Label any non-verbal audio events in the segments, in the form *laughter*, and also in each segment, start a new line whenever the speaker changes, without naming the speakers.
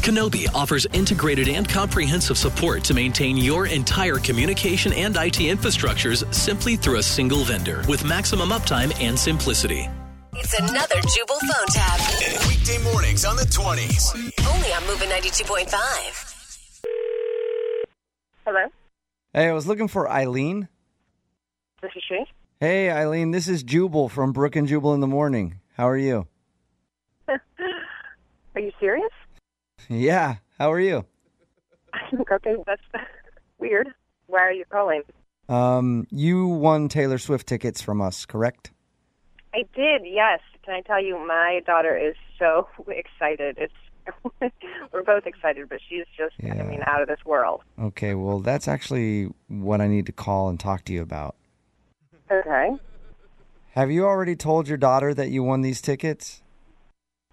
Kenobi offers integrated and comprehensive support to maintain your entire communication and IT infrastructures simply through a single vendor with maximum uptime and simplicity.
It's another Jubal phone tab.
Weekday mornings on the 20s.
Only on Moving 92.5.
Hello,
Hey, I was looking for Eileen.
this is she.
Hey, Eileen, this is Jubal from Brook and Jubal in the Morning. How are you? *laughs*
Are you serious? *laughs*
Yeah, how are you?
okay, that's weird. Why are you calling?
Um, you won Taylor Swift tickets from us, correct?
I did, yes. Can I tell you, my daughter is so *laughs* excited. It's *laughs* we're both excited, but she's just, I
Yeah.
mean, out of this world.
Okay, well, that's actually what I need to call and talk to you about.
Okay.
Have you already told your daughter that you won these tickets?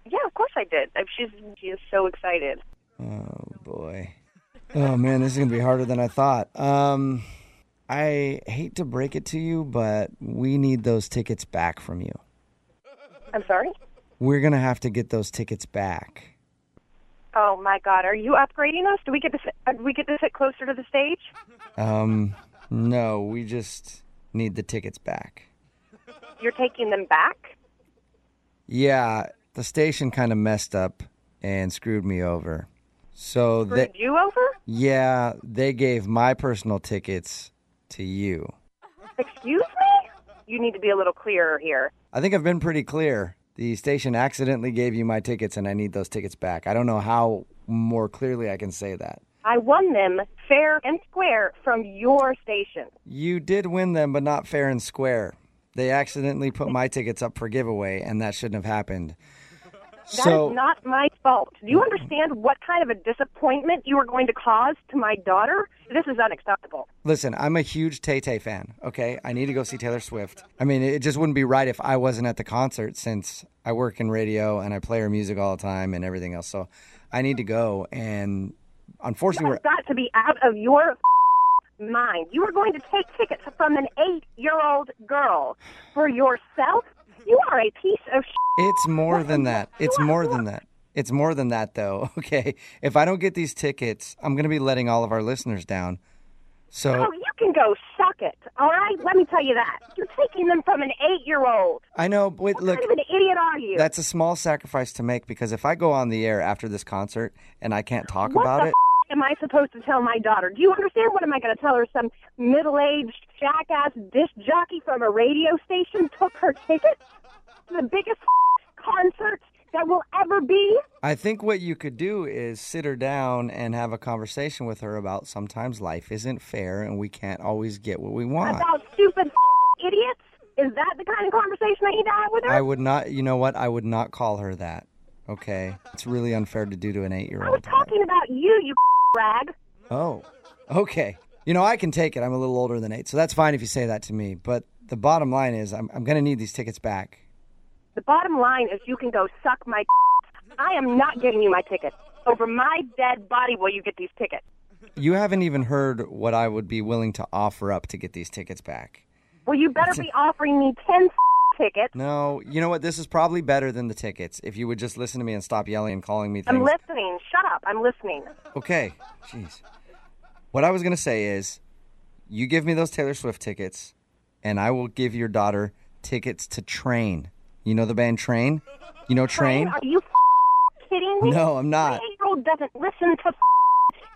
Yeah, of course I did. I- She's she is so excited.
Oh boy. Oh man, this is gonna be harder than I thought. Um, I hate to break it to you, but we need those tickets back from you.
I'm sorry.
We're gonna have to get those tickets back.
Oh my God, are you upgrading us? Do we get to sit, uh, we get to sit closer to the stage?
Um, no, we just need the tickets back.
You're taking them back?
Yeah, the station kind of messed up and screwed me over. So
Screwed
that
you over?
yeah, they gave my personal tickets to you.
Excuse me. You need to be a little clearer here.
I think I've been pretty clear. The station accidentally gave you my tickets and I need those tickets back. I don't know how more clearly I can say that.
I won them fair and square *laughs* from your station.
You did win them, but not fair and square. They accidentally put my tickets up for giveaway and that shouldn't have happened.
That is
so
not my fault. Do you understand what kind of a disappointment you are going to cause to my daughter? This is unacceptable.
Listen, I'm a huge Tay Tay fan, okay? I need to go see Taylor Swift. I mean, it just wouldn't be right if I wasn't at the concert since I work in radio and I play her music all the time and everything else. So I need to go. And unfortunately,
You've got to be out of your mind. You are going to take tickets from an eight-year-old girl for yourself. You are a piece of. Sh-
we're, it's more than that. It's more than that. It's more than that, though, *laughs* okay? If I don't get these tickets, I'm going to be letting all of our listeners down.
oh,
So
you can go suck it. All right, let me tell you that. You're taking them from an eight-year-old.
I know, but wait,
What
look.
kind of an idiot are you?
That's a small sacrifice to make because if I go on the air after this concert and I can't talk
What
about
the
it,
f- am I supposed to tell my daughter? Do you understand? What am I going to tell her? Some middle-aged jackass disc jockey from a radio station took her tickets to the biggest *laughs* f- concert that will ever be.
I think what you could do is sit her down and have a conversation with her about sometimes life isn't fair and we can't always get what we want.
About stupid *laughs* f- idiots. Is that the kind of conversation I need to have with her?
I would not, you know what? I would not call her that. Okay. It's really unfair to do to an eight year
I was
old.
talking about you, *laughs* you f- rag.
Oh, okay. You know, I can take it. I'm a little older than eight, so that's fine if you say that to me. But the bottom line is, I'm, I'm going to need these tickets back.
The bottom line is you can go suck my. *laughs* f- I am not giving you my ticket. Over my dead body will you get these tickets.
You haven't even heard what I would be willing to offer up to get these tickets back.
Well, you better be offering me ten *laughs* f- tickets.
No, you know what? This is probably better than the tickets. If you would just listen to me and stop yelling and calling me things.
I'm listening. Shut up. I'm listening.
okay, jeez. What I was gonna say is, you give me those Taylor Swift tickets, and I will give your daughter tickets to Train. You know the band Train? You know Train?
Are you f- kidding me?
No, I'm not.
My eight-year-old doesn't listen to f-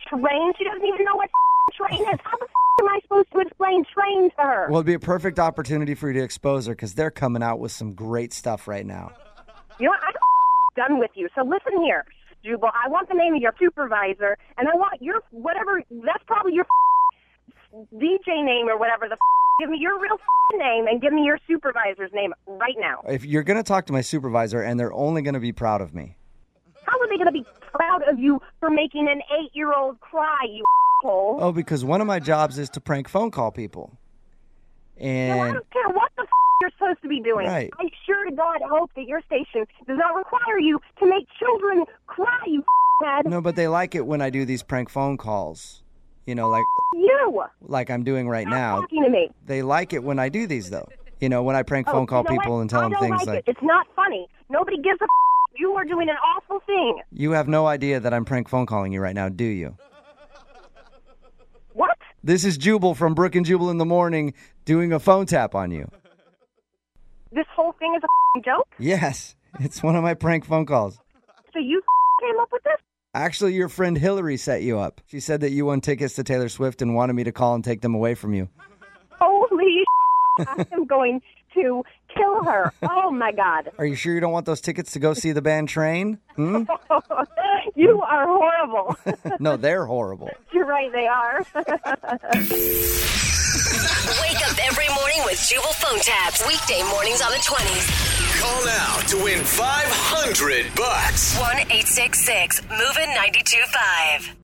train. She doesn't even know what f- train is. How the f- am I supposed to explain train to her?
Well, it'd be a perfect opportunity for you to expose her because they're coming out with some great stuff right now.
You know what? I'm f- done with you. So listen here, Jubal. I want the name of your supervisor, and I want your whatever. That's probably your f- DJ name or whatever. The f- give me your real f- name and give me your supervisor's name right now.
If you're gonna talk to my supervisor, and they're only gonna be proud of me.
How are they going to be proud of you for making an eight-year-old cry? You asshole.
Oh, because one of my jobs is to prank phone call people.
No, I
And
don't care what the f- you're supposed to be doing.
Right.
I sure to God hope that your station does not require you to make children cry, you f- head.
No, but they like it when I do these prank phone calls. You know, like
You
like I'm doing right
Stop
now.
talking to me.
They like it when I do these though. You know, when I prank phone
Oh,
call
you know
people
what?
and tell
I
them
don't
things
like
like
it. it's not funny. Nobody gives a f- you You are doing an awful thing.
You have no idea that I'm prank phone calling you right now, do you?
What?
This is Jubal from Brook and Jubal in the Morning doing a phone tap on you.
This whole thing is a joke?
Yes, it's one of my prank phone calls.
So you came up with this?
Actually, your friend Hillary set you up. She said that you won tickets to Taylor Swift and wanted me to call and take them away from you.
Holy *laughs* I am going to kill her. Oh my god.
Are you sure you don't want those tickets to go see the band Train? *laughs* Hmm?
You are horrible.
No, they're horrible.
You're right, they are. *laughs*
Wake up every morning with Jubal phone tabs. Weekday mornings on the 20s.
Call now to win 500 bucks.
1 866 Moving 925.